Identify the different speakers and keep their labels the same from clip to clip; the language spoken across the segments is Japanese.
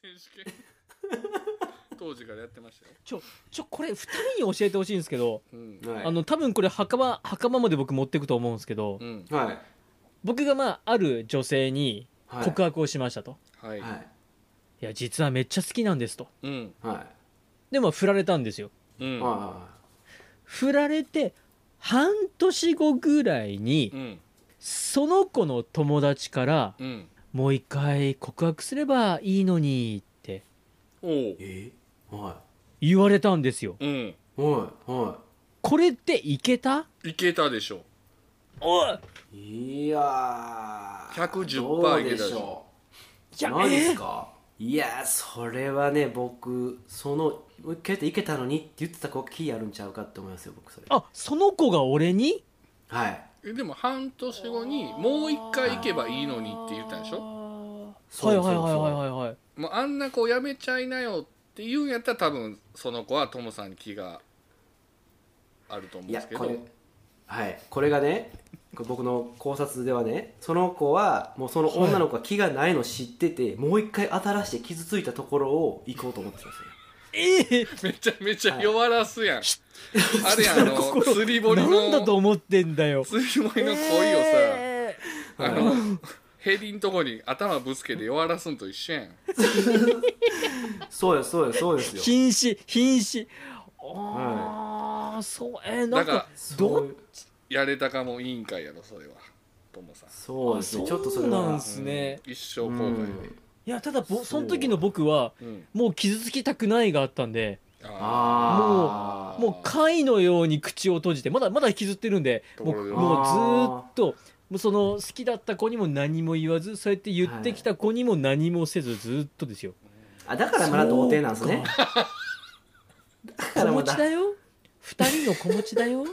Speaker 1: 選手権当時からやってましたよ、
Speaker 2: ちょこれ2人に教えてほしいんですけど、
Speaker 1: うん
Speaker 3: はい
Speaker 2: あの多分これ墓場墓場まで僕持っていくと思うんですけど、
Speaker 1: うん、
Speaker 3: はい
Speaker 2: 僕がまあある女性に
Speaker 3: はい
Speaker 2: 告白をしましたと、
Speaker 1: はい、
Speaker 3: はい
Speaker 2: い、や実はめっちゃ好きなんですと
Speaker 1: うん
Speaker 3: は
Speaker 2: でも振られたんですよ
Speaker 1: うん
Speaker 3: いは
Speaker 2: 振られて半年後ぐらいに
Speaker 1: うん
Speaker 2: その子の友達から
Speaker 1: うん
Speaker 2: 「もう一回告白すればいいのに」って
Speaker 1: おう
Speaker 3: いえは
Speaker 2: 言われたんですよ
Speaker 1: うん
Speaker 3: いはいは
Speaker 2: これっていけた
Speaker 1: いけたでしょ
Speaker 2: おい
Speaker 3: いいやー
Speaker 1: 110%
Speaker 3: どうでしょう
Speaker 2: いや
Speaker 3: 何ですかいやーそれはね僕そのもう一回やっていけたのにって言ってた子がキーあるんちゃうかって思いますよ僕それ
Speaker 2: あその子が俺に
Speaker 3: はい
Speaker 1: えでも半年後にもう一回行けばいいのにって言ったんでしょ
Speaker 2: ょ
Speaker 3: そ
Speaker 2: は
Speaker 3: う
Speaker 2: い
Speaker 3: そう
Speaker 2: はいはい
Speaker 3: そう
Speaker 2: はいはいはい
Speaker 1: もうあんな子やめちゃいなよって言うんやったら多分その子はともさんに気があると思うん
Speaker 3: い
Speaker 1: で
Speaker 3: や
Speaker 1: すけ
Speaker 3: こ
Speaker 1: ど
Speaker 3: れはいこれがねこれ僕の考察ではねその子はもうその女の子が気がないの知ってて、もう一回新しい傷ついたところを行こうと思ってたんですよ
Speaker 2: ええ
Speaker 1: めちゃめちゃ弱らすやん、あれやんあの
Speaker 2: 心
Speaker 1: 釣り堀
Speaker 2: なんだと
Speaker 1: の
Speaker 2: 思ってんだよ
Speaker 1: 釣り堀の恋をさ、
Speaker 2: え
Speaker 1: あのヘリんとこに頭ぶつけて弱らすんと一緒やん
Speaker 3: そうですそうですそうで
Speaker 2: え
Speaker 3: すよ
Speaker 2: 瀕死瀕死ああ、そうえー、なん
Speaker 1: だ
Speaker 2: か
Speaker 1: から
Speaker 3: そ
Speaker 2: ど
Speaker 3: う
Speaker 1: やれたかも委員会やろそれはともさん
Speaker 3: そうですね
Speaker 2: あ
Speaker 3: ちょっとそ
Speaker 2: そ
Speaker 3: れ
Speaker 2: うなん
Speaker 3: は
Speaker 2: すね
Speaker 1: うん一生後悔で
Speaker 2: いやただ
Speaker 3: そ
Speaker 2: ぼ
Speaker 3: う
Speaker 2: その時の僕は
Speaker 1: うん、
Speaker 2: もう傷つきたくないがあったんで
Speaker 1: あ
Speaker 3: ああ
Speaker 2: もう貝のように口を閉じてまだまだ引きずってるんでも
Speaker 1: ところ
Speaker 2: う
Speaker 1: で
Speaker 2: もうずーっともうその好きだった子にも何も言わずそうやって言ってきた子にも何もせずずーっとですよ、
Speaker 3: あだからまだ童貞なんですねだか
Speaker 2: 子
Speaker 3: らま
Speaker 2: 持ち
Speaker 3: だ
Speaker 2: だよ二人の子持ちだよ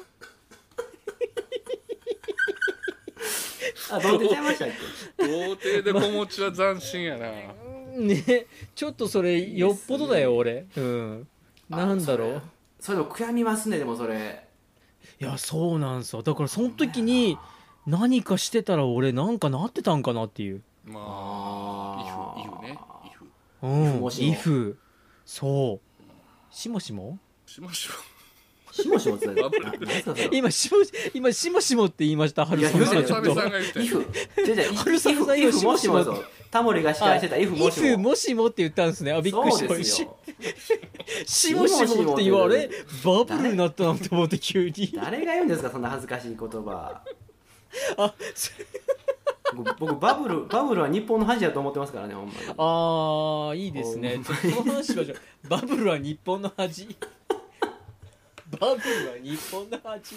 Speaker 3: あ童貞ちゃいましたっ
Speaker 1: 童貞で子持ちは斬新や な、
Speaker 2: ねちょっとそれよっぽどだよ俺うん
Speaker 3: け
Speaker 2: なんだろ
Speaker 3: あ
Speaker 2: う
Speaker 3: それそれでも悔やみますねでもそれ
Speaker 2: いやそうなんすよだからその時に何かしてたら俺なんかなってたんかなっていう
Speaker 1: まあイ
Speaker 3: あ
Speaker 1: フイ
Speaker 3: ー
Speaker 1: フねイフ
Speaker 2: うん
Speaker 3: もしも
Speaker 2: イフそうしもしも
Speaker 1: しましょ
Speaker 3: しもしもつらい
Speaker 1: 危ない
Speaker 3: ななんすかそれ
Speaker 2: 今しも今しもしもって言いました春
Speaker 3: いや
Speaker 2: 雨さん
Speaker 1: う
Speaker 2: ちょ
Speaker 1: 渡辺
Speaker 2: っと
Speaker 1: さんが言った
Speaker 3: イ
Speaker 1: や
Speaker 3: フじゃじゃ
Speaker 2: 春さんが
Speaker 3: イ
Speaker 2: 今
Speaker 3: フもしも
Speaker 2: しもし
Speaker 3: ぞタモリが司会してたイフも
Speaker 2: イ
Speaker 3: しも
Speaker 2: フもしもって言ったんですねあびっくりし
Speaker 3: そう
Speaker 2: ま
Speaker 3: です
Speaker 2: し
Speaker 3: よ
Speaker 2: しもしもって言われ
Speaker 3: し
Speaker 2: バブルになったなと思って急に
Speaker 3: 誰が言うんですかそんな恥ずかしい言葉
Speaker 2: あそ
Speaker 3: 僕僕バブルバブルは日本の恥だと思ってますからねほんまに
Speaker 2: あーいいですね
Speaker 3: ほん
Speaker 2: ちょっとこの話しましょ うバブルは日本の恥バブルは日本の恥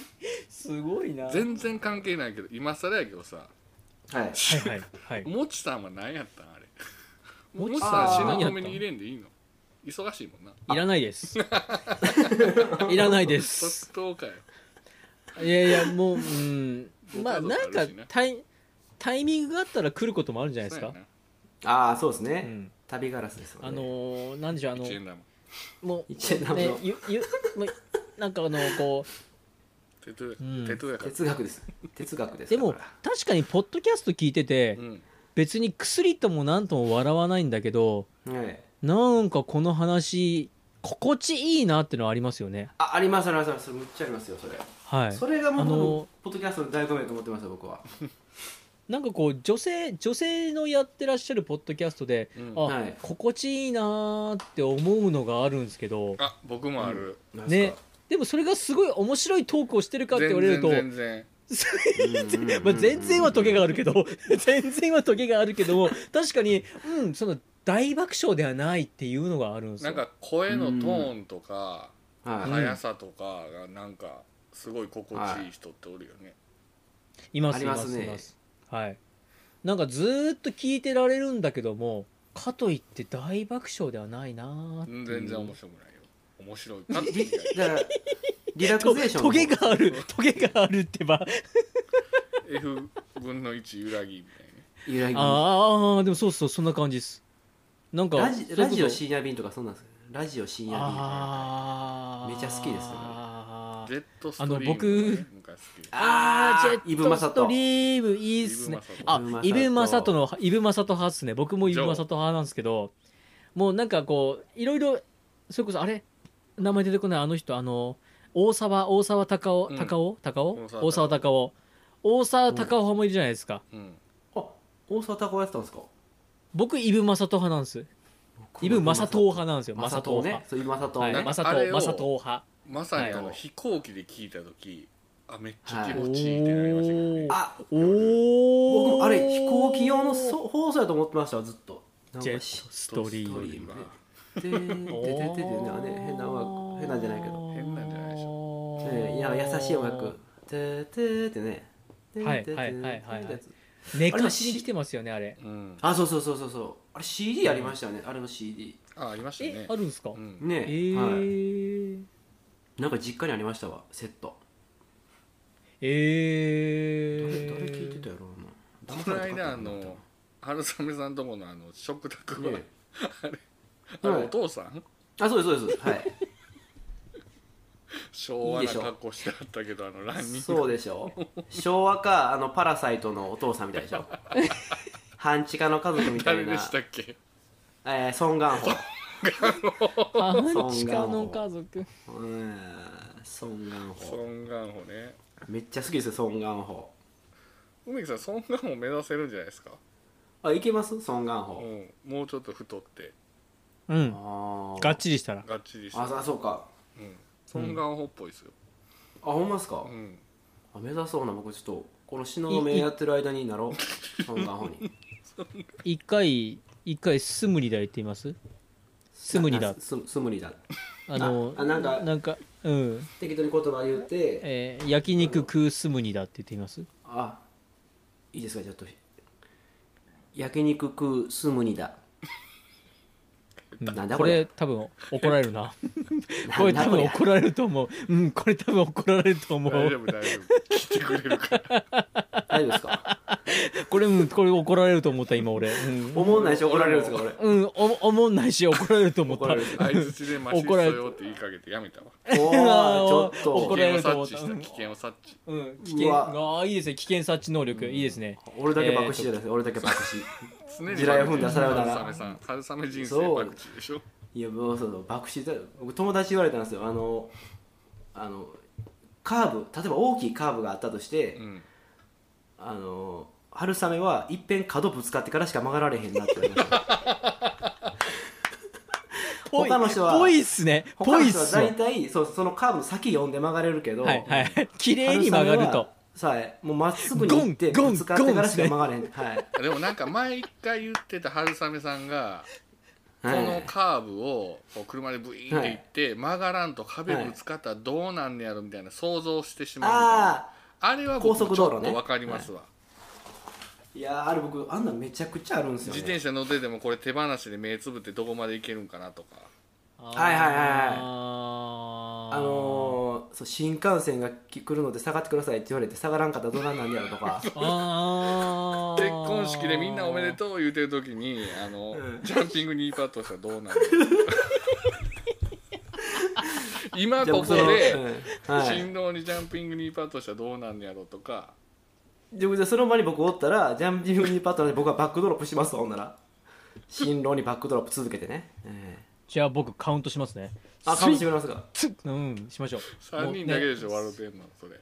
Speaker 2: すごいなん
Speaker 1: 全然関係ないけど今更やけどさ
Speaker 3: はい
Speaker 2: はいはいはい
Speaker 1: もちさんは何やったんあれも
Speaker 2: も
Speaker 1: ち
Speaker 2: ち
Speaker 1: さん
Speaker 3: さん
Speaker 1: 死ぬ
Speaker 2: 何やっ
Speaker 1: 止
Speaker 2: たん
Speaker 1: めに入れんでいいの忙しいもんない
Speaker 2: らないです。 いらないです。
Speaker 1: 即答かよ
Speaker 2: いやいや、もう、うん。まあ、
Speaker 1: ご家
Speaker 2: な
Speaker 1: 族
Speaker 2: ん
Speaker 1: あ
Speaker 2: か
Speaker 1: るしね
Speaker 2: タイ、タイミングがあったら来ることもあるんじゃないです
Speaker 1: そう
Speaker 2: か。
Speaker 1: や
Speaker 3: ああそうです
Speaker 2: う
Speaker 3: ね、
Speaker 2: ん。
Speaker 3: 旅ガラスですも
Speaker 2: あ
Speaker 3: ん
Speaker 2: の
Speaker 3: ね
Speaker 2: ー、なんでしょう、あ
Speaker 1: な
Speaker 2: の
Speaker 1: 一、円玉
Speaker 2: も
Speaker 3: 一円
Speaker 2: う、
Speaker 3: 玉
Speaker 2: ね
Speaker 3: の、
Speaker 2: ゆ、ゆ、 もうなんかあの、こ
Speaker 1: 手と
Speaker 2: うん
Speaker 1: 手とやから
Speaker 3: 哲学です哲学で
Speaker 2: う、
Speaker 3: す
Speaker 2: でも
Speaker 3: だか、
Speaker 2: 確かに、ポッドキャスト聞いてて
Speaker 1: う、ん
Speaker 2: 別に薬ともなんとも笑わないんだけど、
Speaker 3: らはい
Speaker 2: なんかこの話、心地いいなってのはありますよね。
Speaker 3: あありますありますありますそれむっちゃありますよそれ、
Speaker 2: はい。
Speaker 3: それがもう、
Speaker 2: あの
Speaker 3: ポッドキャストの醍醐味だと思ってますよ僕は
Speaker 2: なんかこう女性女性のやってらっしゃるポッドキャストで、
Speaker 1: うん
Speaker 2: あ、
Speaker 3: はい
Speaker 2: 心地いいなーって思うのがあるんですけど
Speaker 1: あ僕もある
Speaker 3: なん
Speaker 2: ね
Speaker 3: すか
Speaker 2: でもそれがすごい面白いトークをしてるかって言われると
Speaker 1: 全然全然
Speaker 3: うんうんう ん
Speaker 2: まあ、全然はトゲがあるけど 全然はトゲがあるけども確かにうんその大爆笑ではないっていうのがあるんです
Speaker 1: な
Speaker 2: よ
Speaker 1: んか声のトーンとか
Speaker 3: はい、
Speaker 1: 速さとかがなんかすごい心地いい人っておるよね
Speaker 2: います
Speaker 3: あ
Speaker 2: い
Speaker 3: り
Speaker 2: ま
Speaker 3: ますすね
Speaker 2: いますはいなんかずーっと聞いてられるんだけどもかといって大爆笑ではないなーっていう
Speaker 1: 全然面白くないよ面白いかって言いたい
Speaker 3: だからリラク
Speaker 2: と
Speaker 3: ゼーション
Speaker 2: トゲがあるトゲがあるってば
Speaker 1: F 分の1揺らぎみたいなね
Speaker 3: 揺らぎ
Speaker 2: ああでもそうそうそんな感じですなんか
Speaker 3: ラ
Speaker 2: それ
Speaker 3: ジ
Speaker 2: こそ
Speaker 3: ラジオ深夜便とかそうなんですよラジオ深夜便とか
Speaker 2: あー
Speaker 3: めちゃ好きですよね
Speaker 2: あ
Speaker 1: ジェットスト
Speaker 2: あ
Speaker 1: リ
Speaker 2: の
Speaker 1: ーム
Speaker 2: 僕
Speaker 1: とかね昔好き
Speaker 2: あージ
Speaker 3: イ
Speaker 2: ェ
Speaker 3: ブ
Speaker 2: ッ
Speaker 3: マ
Speaker 2: ト
Speaker 3: サ
Speaker 2: ス
Speaker 3: ト
Speaker 2: トリームいいっすね
Speaker 1: イブマサト
Speaker 2: あイ
Speaker 3: イ
Speaker 2: ブ
Speaker 3: ブマ
Speaker 2: マ
Speaker 3: サ
Speaker 2: サト
Speaker 3: ト
Speaker 2: のイブマサト派っすね僕もイブマサト派なんですけどもうなんかこういろいろそれこそあれ名前出てこないあの人あの大沢大沢たかお
Speaker 1: うん
Speaker 2: たかおたかお
Speaker 1: 大沢
Speaker 2: 大沢たかお大沢たかおもいるじゃないですか
Speaker 1: うん、
Speaker 3: あ大沢たかおやってたんですか
Speaker 2: 僕イブマサト派なんですイブマサト派なんですよマサ
Speaker 3: 正
Speaker 2: ト
Speaker 3: 人
Speaker 2: 派
Speaker 3: ねそうイブ正人
Speaker 2: はい
Speaker 3: ね
Speaker 2: マサト
Speaker 1: あれを
Speaker 2: マサト派
Speaker 1: まさにあ
Speaker 3: は
Speaker 1: の
Speaker 3: い
Speaker 1: 飛行機で聞いた時あめっちゃ
Speaker 3: はい
Speaker 1: 気持ちいいってなりましたけどね、
Speaker 3: あ
Speaker 2: お
Speaker 3: 僕
Speaker 2: お
Speaker 3: もあれ飛行機用のそ放送やと思ってましたわずっとなん
Speaker 2: ジェ
Speaker 3: か
Speaker 2: ッ
Speaker 3: し
Speaker 2: トストリーム
Speaker 1: が
Speaker 3: ててててててねあれ変な音楽変なんじゃないけど、
Speaker 1: 変なんじゃないでし
Speaker 2: ょ
Speaker 3: ええなんか優しい音楽てててね
Speaker 2: はい
Speaker 3: ててて
Speaker 2: はいはいはいはい
Speaker 3: ってやつ
Speaker 2: 寝かしに来てますよねあれ
Speaker 1: うん、
Speaker 3: あそうそうそうそうそうあれ CD ありましたよねあれの CD
Speaker 1: あありました
Speaker 2: え
Speaker 1: ね
Speaker 2: あるんですか
Speaker 1: うん、
Speaker 3: ね
Speaker 2: えー
Speaker 3: はいなんか実家にありましたわセット
Speaker 2: えー
Speaker 3: 誰誰聞いてたやろうな
Speaker 1: この間あの春雨さんとこのあの食卓は、
Speaker 3: ね
Speaker 1: あれ
Speaker 3: はい
Speaker 1: お父さん
Speaker 3: あそうですそうで すはい
Speaker 1: 昭和
Speaker 3: いい
Speaker 1: な
Speaker 3: でしょう
Speaker 1: 格好してあったけどあのランニング
Speaker 3: そうでしょ昭和かあのパラサイトのお父さんみたいでし ょ半地下の家族みたい
Speaker 1: 誰
Speaker 3: な
Speaker 1: でしたっけ
Speaker 3: えー、ソン・ガン ホ
Speaker 2: 半地下の家族
Speaker 3: うーんソン・ガン
Speaker 1: ソ
Speaker 3: ホ
Speaker 1: ン・ガンホね
Speaker 3: めっちゃ好きですよソン・ガンホ
Speaker 1: 梅木さんソン・ガンホ目指せるんじゃないですか、
Speaker 3: あいけますソン・ガン
Speaker 1: う
Speaker 3: ホ
Speaker 1: ん、もうちょっと太って
Speaker 2: うん
Speaker 3: あー
Speaker 2: がっちりしたら
Speaker 1: がっちりして
Speaker 3: ああそうか
Speaker 1: うん、ソン・ガンホっぽいですよ、
Speaker 3: あほんまですか、
Speaker 1: うん、
Speaker 3: あ目指そうな僕ちょっとこの東雲やってる間になろうソン・ガンホに
Speaker 2: 一回一回スムリダ行ってみますスムリダ
Speaker 3: なススムリだ
Speaker 2: あの
Speaker 3: あなんか
Speaker 2: なんかうん
Speaker 3: 適当に言葉言って
Speaker 2: えー焼肉食うスムニダって言ってみます
Speaker 3: あいいですかちょっと焼肉食うスムニだ
Speaker 2: うん
Speaker 3: なんだ
Speaker 2: こ
Speaker 3: これ
Speaker 2: れ多分怒られる な
Speaker 3: な
Speaker 2: これ
Speaker 3: な
Speaker 2: 多分怒られると思ううんこれ多分怒られると思
Speaker 1: 大丈
Speaker 2: う
Speaker 1: 夫大丈夫来てくれる から
Speaker 3: 大丈夫ですか
Speaker 2: これうんこれ怒られると思った今俺うん、
Speaker 3: 思んないし怒られるんです か俺
Speaker 2: うん、お思んないし怒られると思っ
Speaker 3: 怒
Speaker 2: た
Speaker 3: られるんですか
Speaker 1: 相づちでマシそよって言いかけてやめたわ
Speaker 3: お
Speaker 2: あー
Speaker 3: ーちょっ
Speaker 2: 怒
Speaker 1: 危
Speaker 2: られ
Speaker 1: 険を
Speaker 2: ると思
Speaker 1: 察
Speaker 2: った
Speaker 1: 知した危険を察知
Speaker 2: うん危険
Speaker 3: う
Speaker 2: ああいいですね危険察知能力、いいですね
Speaker 3: と俺だけ爆死じゃないですか俺だけ爆死
Speaker 1: 常に
Speaker 3: 地雷を踏んださよなら
Speaker 1: 春雨さん春雨人
Speaker 3: そ
Speaker 1: 生
Speaker 3: う
Speaker 1: パクチーでしょ
Speaker 3: いやもうそうそう爆死だよ僕友達言われたんですよあのあのカーブ例えば大きいカーブがあったとして、
Speaker 1: うん
Speaker 3: あの春雨はいっぺん角ぶつかってからしか曲がられへんなって言われました
Speaker 2: ぽい
Speaker 3: 他の人は
Speaker 2: ぽいっすねぽ
Speaker 3: 他の
Speaker 2: いっ
Speaker 3: 人は
Speaker 2: すね
Speaker 3: 大体そうそのカーブの先読んで曲がれるけど、
Speaker 2: はい はい綺麗に曲がると
Speaker 3: さあもうまっすぐに行って
Speaker 2: ゴンゴン
Speaker 3: ぶつかってからしか曲がれへん、はい
Speaker 1: でもなんか前一回言ってた春雨さんがこ
Speaker 3: はい
Speaker 1: のカーブをこう車でブイーンっていって曲がらんと壁ぶつかったらどうなんねやろみたいな想像してしまうみたいな
Speaker 3: ああ
Speaker 1: あれは僕
Speaker 3: 高
Speaker 1: もち
Speaker 3: 速道
Speaker 1: ょ
Speaker 3: 路ね
Speaker 1: っと分かりますわ、
Speaker 3: いやーあれ僕あんなんめちゃくちゃあるんですよ、ね、
Speaker 1: 自転車乗っててもこれ手放しで目つぶってどこまで行けるんかなとか
Speaker 3: はいはいはいはい
Speaker 2: あ
Speaker 3: あのー、そう新幹線が来るので下がってくださいって言われて下がらんかったらどうなんなんやろとか
Speaker 2: あー
Speaker 1: 結婚式でみんなおめでとう言うてる時にあの、
Speaker 3: うん
Speaker 1: ジャンピングニーパーとしたらどう なる今
Speaker 3: じゃあ
Speaker 1: こ
Speaker 3: 僕
Speaker 1: こ
Speaker 3: その
Speaker 1: で、
Speaker 3: うんはい
Speaker 1: 新郎にジャンピングニーパーとしたらどうなんねやろとか
Speaker 3: で僕じゃあその場に僕おったらジャンピングにパッとで僕はバックドロップしますわほんなら新郎にバックドロップ続けてね、え
Speaker 2: じゃあ僕カウントしますね
Speaker 3: ー、あかもしれませんか
Speaker 2: スイッツうんしましょう
Speaker 1: 3人だけでしょ笑うてんのそれ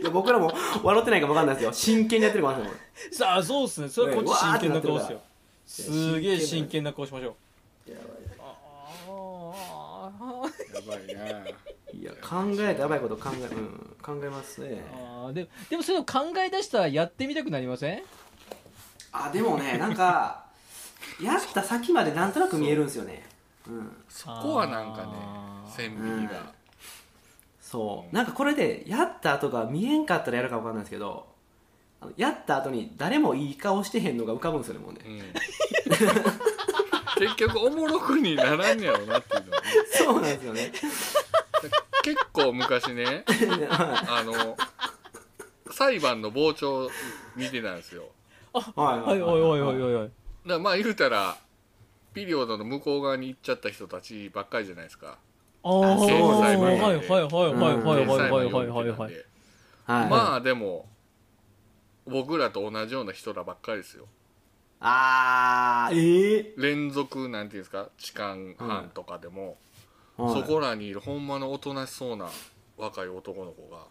Speaker 3: いや僕らも笑ってないか分かんないですよ真剣にやってるか分かんないですよ
Speaker 2: さあそうっすねそれこっち真剣な顔っすよすげえ
Speaker 3: いや真剣だよ
Speaker 2: 真剣な顔しましょう
Speaker 1: やばいな
Speaker 3: 俺いや考えてやばいこと考え,、うん、考えますね
Speaker 2: あーででもそれを考え出したらやってみたくなりません
Speaker 3: あでもねなんかやった先までなんとなく見えるんですよねうん
Speaker 1: そこはなんかね
Speaker 2: あー
Speaker 1: 線引きが、
Speaker 3: そうなんかこれでやった後が見えんかったらやるか分かんないですけどあのやった後に誰もいい顔してへんのが浮かぶんですよねもうね
Speaker 1: うん結局おもろくにならんねやろなっていうのはね
Speaker 3: そうなんですよ ね
Speaker 1: 結構昔ね
Speaker 3: は
Speaker 1: あの裁判の傍聴見てたんですよ
Speaker 3: はい
Speaker 2: はいおいおいおいおいお
Speaker 1: だ
Speaker 2: い
Speaker 1: からまあ言うたらピリオドの向こう側に行っちゃった人たちばっかりじゃないですか
Speaker 2: ああはい
Speaker 1: 天
Speaker 2: は
Speaker 1: 才
Speaker 2: いは
Speaker 1: マ
Speaker 2: い
Speaker 1: ニア
Speaker 2: はい
Speaker 1: で
Speaker 2: はいはいはいはいはいはい
Speaker 1: 天才マニアを見てたんで
Speaker 2: はい
Speaker 3: はい
Speaker 1: まあでも僕らと同じような人らばっかりですよ
Speaker 3: あーええ
Speaker 1: 連続なんていうんですか痴漢犯とかでも、
Speaker 3: はい、
Speaker 1: そこらにいるほんまのおとなしそうな若い男の子が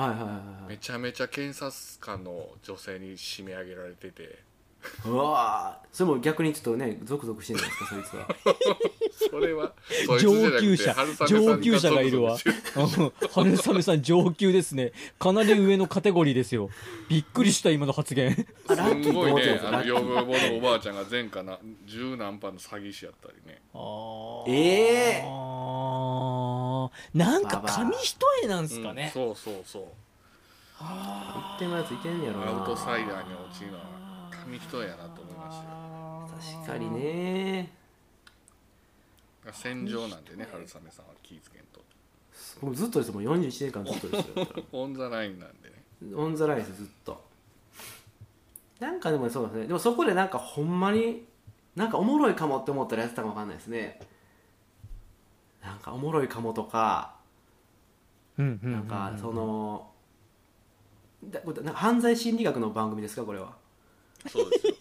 Speaker 3: はいはいはいはい
Speaker 1: めちゃめちゃ検察官の女性に締め上げられてて
Speaker 3: うわーそれも逆にちょっとねゾクゾクしてるんじゃないですかそいつ
Speaker 1: それはそいつじゃな
Speaker 2: 上
Speaker 1: くて春雨
Speaker 2: 級者
Speaker 1: さん
Speaker 2: 上級者がいるわ
Speaker 1: ゾクゾクして
Speaker 2: うん春雨さん上級ですねかなり上のカテゴリーですよびっくりした今の発言
Speaker 3: は
Speaker 1: すんごい
Speaker 3: と思って
Speaker 1: ね
Speaker 3: ます
Speaker 1: あの
Speaker 3: ラッキー
Speaker 1: 呼ぶものおばあちゃんが前科な十何パーの詐欺師やったりね
Speaker 2: あー
Speaker 3: ええ
Speaker 2: なんか紙一重なんすかね、
Speaker 1: うんそうそうそう
Speaker 3: 一点のやついてんねやろな
Speaker 1: アウトサイダーに陥るのは紙一重やなと思いましたよ
Speaker 3: 確かにね
Speaker 1: 戦場なんでね春雨さんは気ぃつけんと
Speaker 3: 僕ずっとですよもう41年間ずっとですよ
Speaker 1: オン・ザ・ラインなんでね
Speaker 3: オン・ザ・ラインですずっとなんかでもそうですねでもそこでなんかほんまになんかおもろいかもって思ったらやってたかもわかんないですねなんかおもろいかもとか
Speaker 2: うんうんうん
Speaker 3: なんかそのだこれなんか犯罪心理学の番組ですかこれ は
Speaker 1: そうですよ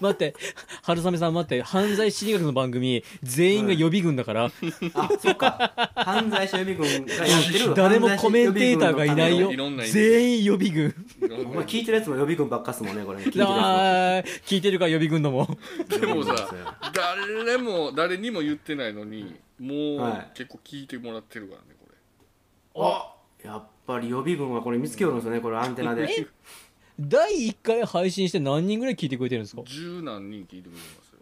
Speaker 2: 待って春雨さん待って犯罪心理学の番組全員が予備軍だから、
Speaker 3: あそっか犯罪者予備軍がやってる
Speaker 2: 誰もコメンテーターがいないよ
Speaker 1: いろんな意味で
Speaker 2: 全員予備軍
Speaker 1: いろん
Speaker 3: お
Speaker 1: な
Speaker 3: 前聞いてるやつも予備軍ばっかっすもんねこれ聞いてるや
Speaker 2: あー聞いてるか予備軍のも
Speaker 3: つ
Speaker 1: でも
Speaker 3: 予備軍ですよ
Speaker 1: さ誰も誰にも言ってないのにもう
Speaker 3: はい
Speaker 1: 結構聞いてもらってるからねこ
Speaker 3: あやっぱり予備軍はこれ見つけよるんですよねこれアンテナで
Speaker 2: 第1回配信して何人ぐらい聞いてくれてるんですか
Speaker 1: れ十何人聞いてくれてますよ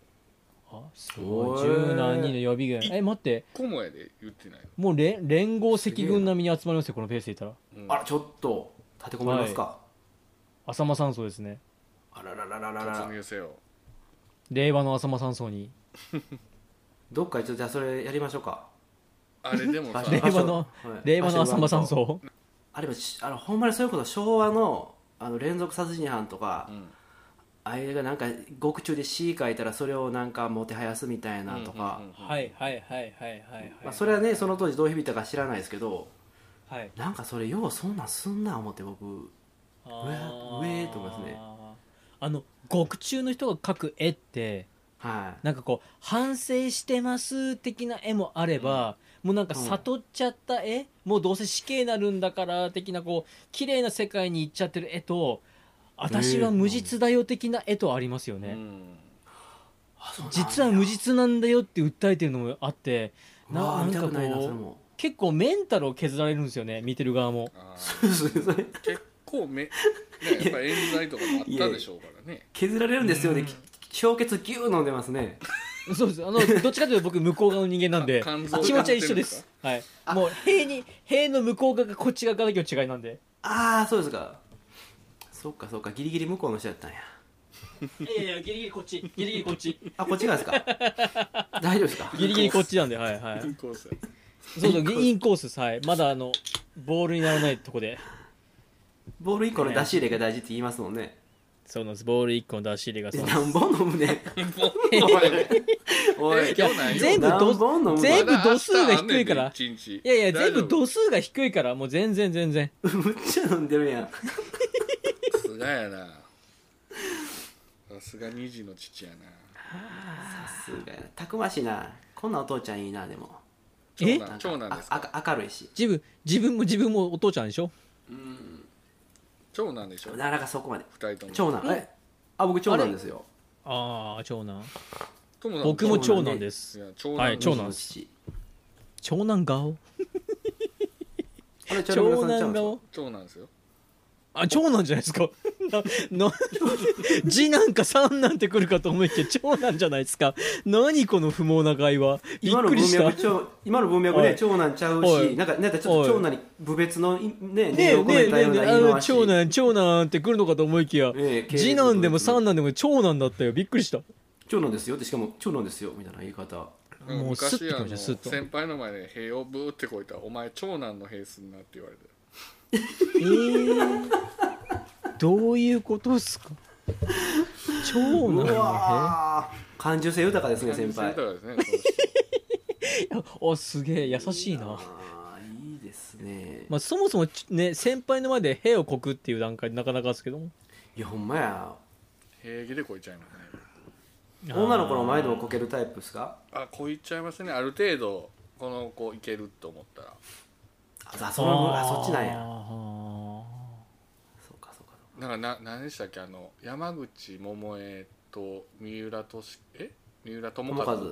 Speaker 2: あすご
Speaker 3: ごい
Speaker 2: い十何人の予備軍え待って
Speaker 1: こもやで言ってない
Speaker 2: もう連連合赤軍並みに集まりますよこのペースでいたら
Speaker 1: の、うん
Speaker 3: あらちょっと立てこもりますか、
Speaker 2: 浅間山荘ですね
Speaker 3: あらららららら
Speaker 1: 突入せよ
Speaker 2: 令和の浅間山荘に
Speaker 3: どっか一応じゃあそれやりましょうか
Speaker 1: あれでも さ
Speaker 3: あ
Speaker 2: 令
Speaker 3: れ
Speaker 2: 和の
Speaker 3: はい
Speaker 2: 令和の浅間山荘
Speaker 3: あれもしあのほんまにそういうこと昭和のあの連続殺人犯とか、
Speaker 1: うん
Speaker 3: あれがなんか獄中で詩書いたらそれをなんかもてはやすみたいなとか、
Speaker 1: うんうんうん
Speaker 2: いはいはいはいはいはい
Speaker 3: まあ、それはねその当時どう響いたか知らないですけど
Speaker 2: はい
Speaker 3: なんかそれようそんなんすんな思って僕
Speaker 2: あー
Speaker 3: うえうえと思いますね
Speaker 2: あの獄中の人が描く絵って
Speaker 3: はい
Speaker 2: なんかこう反省してます的な絵もあれば、もうなんか悟っちゃった絵、もうどうせ死刑になるんだから的なこう綺麗な世界に行っちゃってる絵と私は無実だよ的な絵とありますよ
Speaker 1: う
Speaker 2: ね、
Speaker 1: ん
Speaker 3: あそうなんや
Speaker 2: 実は無実なんだよって訴えてるのもあって
Speaker 3: うわ
Speaker 2: な
Speaker 3: ー
Speaker 2: なん
Speaker 3: 見た
Speaker 2: か
Speaker 3: くないなそ
Speaker 2: こ
Speaker 3: れ
Speaker 2: う
Speaker 3: も
Speaker 2: 結構メンタルを削られるんですよね見てる側も
Speaker 1: あー
Speaker 3: それ
Speaker 1: 結構め、ね、やっぱ冤罪とかもあったでしょうからね
Speaker 3: 削られるんですよね、き氷結ギュー飲んでますね
Speaker 2: そうですあのどっちかというと僕向こう側の人間なんで
Speaker 1: か肝臓
Speaker 2: 気持ちは一緒ですはい
Speaker 3: あ
Speaker 2: もう塀に塀の向こう側がこっち側だけの違いなんで
Speaker 3: ああそうですかそっかそっかギリギリ向こうの人やったんや
Speaker 2: いやいやギリギリこっちギリギリこっち
Speaker 3: あこっち側ですか 大丈夫ですか
Speaker 2: ギリギリこっちなんで、はいはい。
Speaker 1: インコースや
Speaker 2: そうそう、インコースです、はい。まだあの、ボールにならないとこで。
Speaker 3: ボール1個の出し入れが大事って言いますもんね
Speaker 2: そうなんです、ボール1個の出し入れが
Speaker 3: で
Speaker 2: そうなんです
Speaker 3: 何本飲む ねおい
Speaker 1: 今日ないよ
Speaker 2: 全部
Speaker 3: 何本飲む
Speaker 2: ど全部
Speaker 1: まだ明
Speaker 2: 度
Speaker 1: 日
Speaker 2: 数が低いから
Speaker 1: あんねんで一日
Speaker 2: いやいや、
Speaker 1: 大
Speaker 2: 全
Speaker 1: 丈
Speaker 2: 部
Speaker 1: 夫
Speaker 2: 度数が低いから、もう全然全然。
Speaker 3: むっちゃ飲んでるやん
Speaker 1: さすがやなさすが二児の父やな
Speaker 3: さすがやたくましいなこんなお父ちゃんいいなでも
Speaker 2: え
Speaker 1: 長
Speaker 3: な
Speaker 1: 男
Speaker 3: んか
Speaker 1: 長男です
Speaker 3: あ
Speaker 1: か
Speaker 3: あ明るいし
Speaker 2: 自分、自分も自分もお父ちゃんでしょ
Speaker 1: 長男でしょ
Speaker 3: なかなかそこまで
Speaker 1: 二人とも
Speaker 3: 長男えあ僕長男ですよ
Speaker 2: ああ、長男。
Speaker 1: 友さん
Speaker 2: 僕も長男で
Speaker 1: い
Speaker 2: す。
Speaker 1: や長
Speaker 2: は
Speaker 1: 男
Speaker 2: い長男
Speaker 3: の父
Speaker 2: 長男顔
Speaker 3: あれ長
Speaker 2: 長
Speaker 3: 男さ
Speaker 2: 男
Speaker 3: んちゃうん
Speaker 1: 長男
Speaker 2: 顔
Speaker 3: ですか
Speaker 1: ですよ
Speaker 2: あ、長男じゃないですか。 な、 な、次男か三男ってくるかと思いきや、長男じゃないですか。何この不毛な会話。びっ
Speaker 3: 今の
Speaker 2: くり
Speaker 3: 文
Speaker 2: した
Speaker 3: 脈。長今の文脈
Speaker 2: は
Speaker 3: で
Speaker 2: い
Speaker 3: 長男ちゃう
Speaker 2: は
Speaker 3: し
Speaker 2: い
Speaker 3: なんかなんかちょっと
Speaker 2: はい
Speaker 3: 長男に部別のいね
Speaker 2: ね
Speaker 3: ね
Speaker 2: え
Speaker 3: を込
Speaker 2: ねえね
Speaker 3: めた
Speaker 2: え
Speaker 3: よう
Speaker 2: ねえあ
Speaker 3: な言い
Speaker 2: の
Speaker 3: 回し
Speaker 2: 長男長男って来るのかと思いきや、
Speaker 3: ええ継続
Speaker 2: 次男でも
Speaker 3: 継続
Speaker 2: 三男でも長男だったよびっくりした
Speaker 3: 長男ですよってしかも長男ですよみたいな言い方
Speaker 2: もうス
Speaker 1: 昔
Speaker 2: ッと
Speaker 1: あ
Speaker 2: 来ま
Speaker 1: の
Speaker 2: したスッと
Speaker 1: 先輩の前で塀をブーってこいたらお前長男の塀すんなって言われて
Speaker 2: えどういうことですか長男
Speaker 3: う
Speaker 2: の
Speaker 3: わー感受性豊かですね先輩
Speaker 1: センターですねこの人
Speaker 2: へあすげえ優しいな
Speaker 3: あーいいですね
Speaker 2: まあそもそもちね先輩の前で兵をこくっていう段階でなかなかですけども
Speaker 3: いやほんまや
Speaker 1: 平気でこいちゃいますね
Speaker 3: 女の子の前でもこけるタイプですか
Speaker 1: あこいちゃいますねある程度この子いけると思ったら
Speaker 3: ああそのあそっちなんや
Speaker 2: や
Speaker 3: そうかそうかそう
Speaker 1: なんかな何でしたっけあの山口百恵と三浦としえ三浦
Speaker 3: か
Speaker 1: 友
Speaker 3: 友
Speaker 1: 和
Speaker 3: 和
Speaker 1: い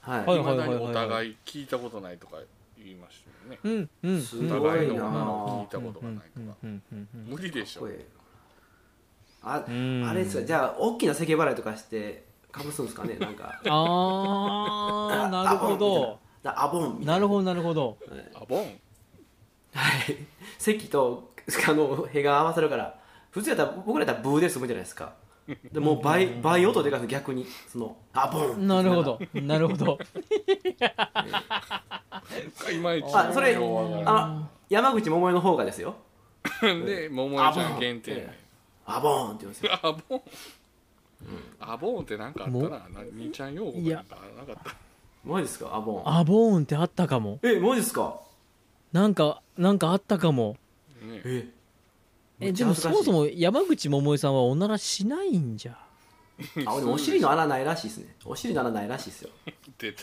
Speaker 3: はい、
Speaker 2: はい
Speaker 1: まだに
Speaker 2: はい
Speaker 1: お互い聞いたことないとか言いましたよね、
Speaker 2: うんうん
Speaker 3: す
Speaker 1: お
Speaker 3: ごい
Speaker 1: 互い
Speaker 3: な
Speaker 1: の女の子聞いたことがないとか、
Speaker 2: うんうんうんうん
Speaker 1: 無理でしょ
Speaker 3: 声あ
Speaker 2: うん
Speaker 3: あれですかじゃあ大きな咳払いとかしてかぶすんですかねなんか
Speaker 2: あーなるほど
Speaker 3: あアボンみたい
Speaker 2: なるほどなるほど
Speaker 1: あボン
Speaker 3: なはい咳とあのへが合わさるから普通やったら僕らやったらブーで済むじゃないですかでもう倍倍音でかいです逆にそのアボン
Speaker 2: なるほどなるほど
Speaker 1: いまいち
Speaker 3: あそれ
Speaker 1: ようわからん
Speaker 3: あ山口百恵の方がですよ
Speaker 1: で桃江ちゃん限定
Speaker 3: アボンって言うんですよ
Speaker 1: アボンアボンってなんかあった
Speaker 2: も
Speaker 1: なな兄ちゃん用語なんかなかった
Speaker 3: マジですかアボン
Speaker 2: アボーンってあったかも
Speaker 3: えマジですか
Speaker 2: なんかなんかあったかも
Speaker 1: ね
Speaker 3: えめ
Speaker 2: え
Speaker 3: っち
Speaker 2: で
Speaker 3: ゃ
Speaker 2: も
Speaker 3: 恥ず
Speaker 2: そ
Speaker 3: かしい
Speaker 2: もそも山口百恵さんはおならしないんじゃ
Speaker 3: あでもお尻の穴ないらしいですねお尻の穴ないらしいですよ
Speaker 1: 出た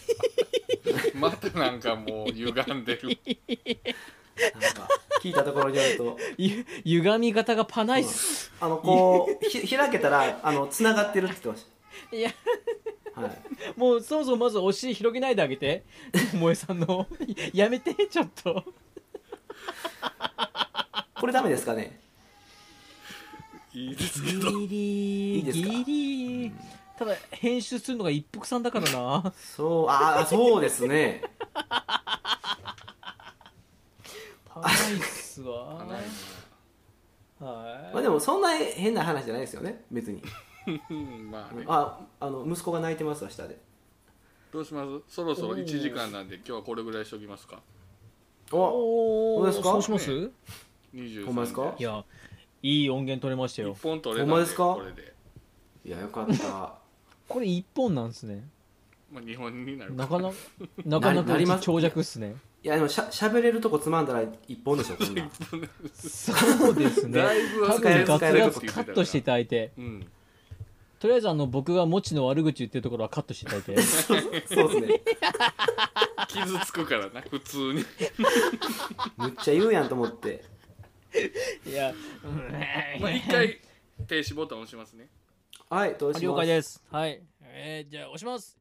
Speaker 1: また なんかもう歪んでる
Speaker 3: なんか聞いたところによると
Speaker 2: ゆ歪み方がパないっす、
Speaker 3: あのこうひ開けたらあの繋がってるって言って
Speaker 2: いや
Speaker 3: ましたはい
Speaker 2: もうそもそもまずお尻広げないであげて萌えさんのやめてちょっと
Speaker 3: これダメですかね
Speaker 1: いいですけ
Speaker 2: ギ
Speaker 1: ど
Speaker 2: リ
Speaker 3: いいですか
Speaker 2: ギリ、ただ編集するのが一服さんだから な
Speaker 3: そうああそうですね
Speaker 2: パないっすわ
Speaker 1: ない
Speaker 2: はい、
Speaker 3: まあでもそんな変な話じゃないですよね別に
Speaker 1: うんまあね
Speaker 3: ああの息子が泣いてますわ下で
Speaker 1: どうしますそろそろ1時間なんで今日はこれぐらいしときますか
Speaker 3: お
Speaker 2: お
Speaker 3: どうですか
Speaker 2: そうします、
Speaker 1: 23
Speaker 3: ほんまですか
Speaker 2: いやいい音源取れました
Speaker 1: 1
Speaker 2: よ
Speaker 1: 本取れたん
Speaker 3: ほんまですか
Speaker 1: これで、
Speaker 3: いやよかった
Speaker 2: これ一本なんですね
Speaker 1: まあ、日本になる
Speaker 2: なかなかなかな
Speaker 3: なりま
Speaker 2: か
Speaker 3: す
Speaker 2: 長尺っすね
Speaker 3: いやでもしゃしゃべれるとこつまんだら一本でしょこんなん
Speaker 2: そうですね
Speaker 1: だいぶ
Speaker 2: 多
Speaker 3: 使
Speaker 2: 分
Speaker 3: える
Speaker 2: ガツ
Speaker 3: 使える
Speaker 2: ガツカットしていただいて
Speaker 1: うん
Speaker 2: とりあえずあの僕がもちの悪口言ってるところはカットしていただいて
Speaker 3: そうですね
Speaker 1: 傷つくからな普通に
Speaker 3: むっちゃ言うやんと思って
Speaker 2: いや
Speaker 1: まあ一回停止ボタン押しますね
Speaker 3: はいどうします
Speaker 2: 了解ですはい、えー、じゃあ押します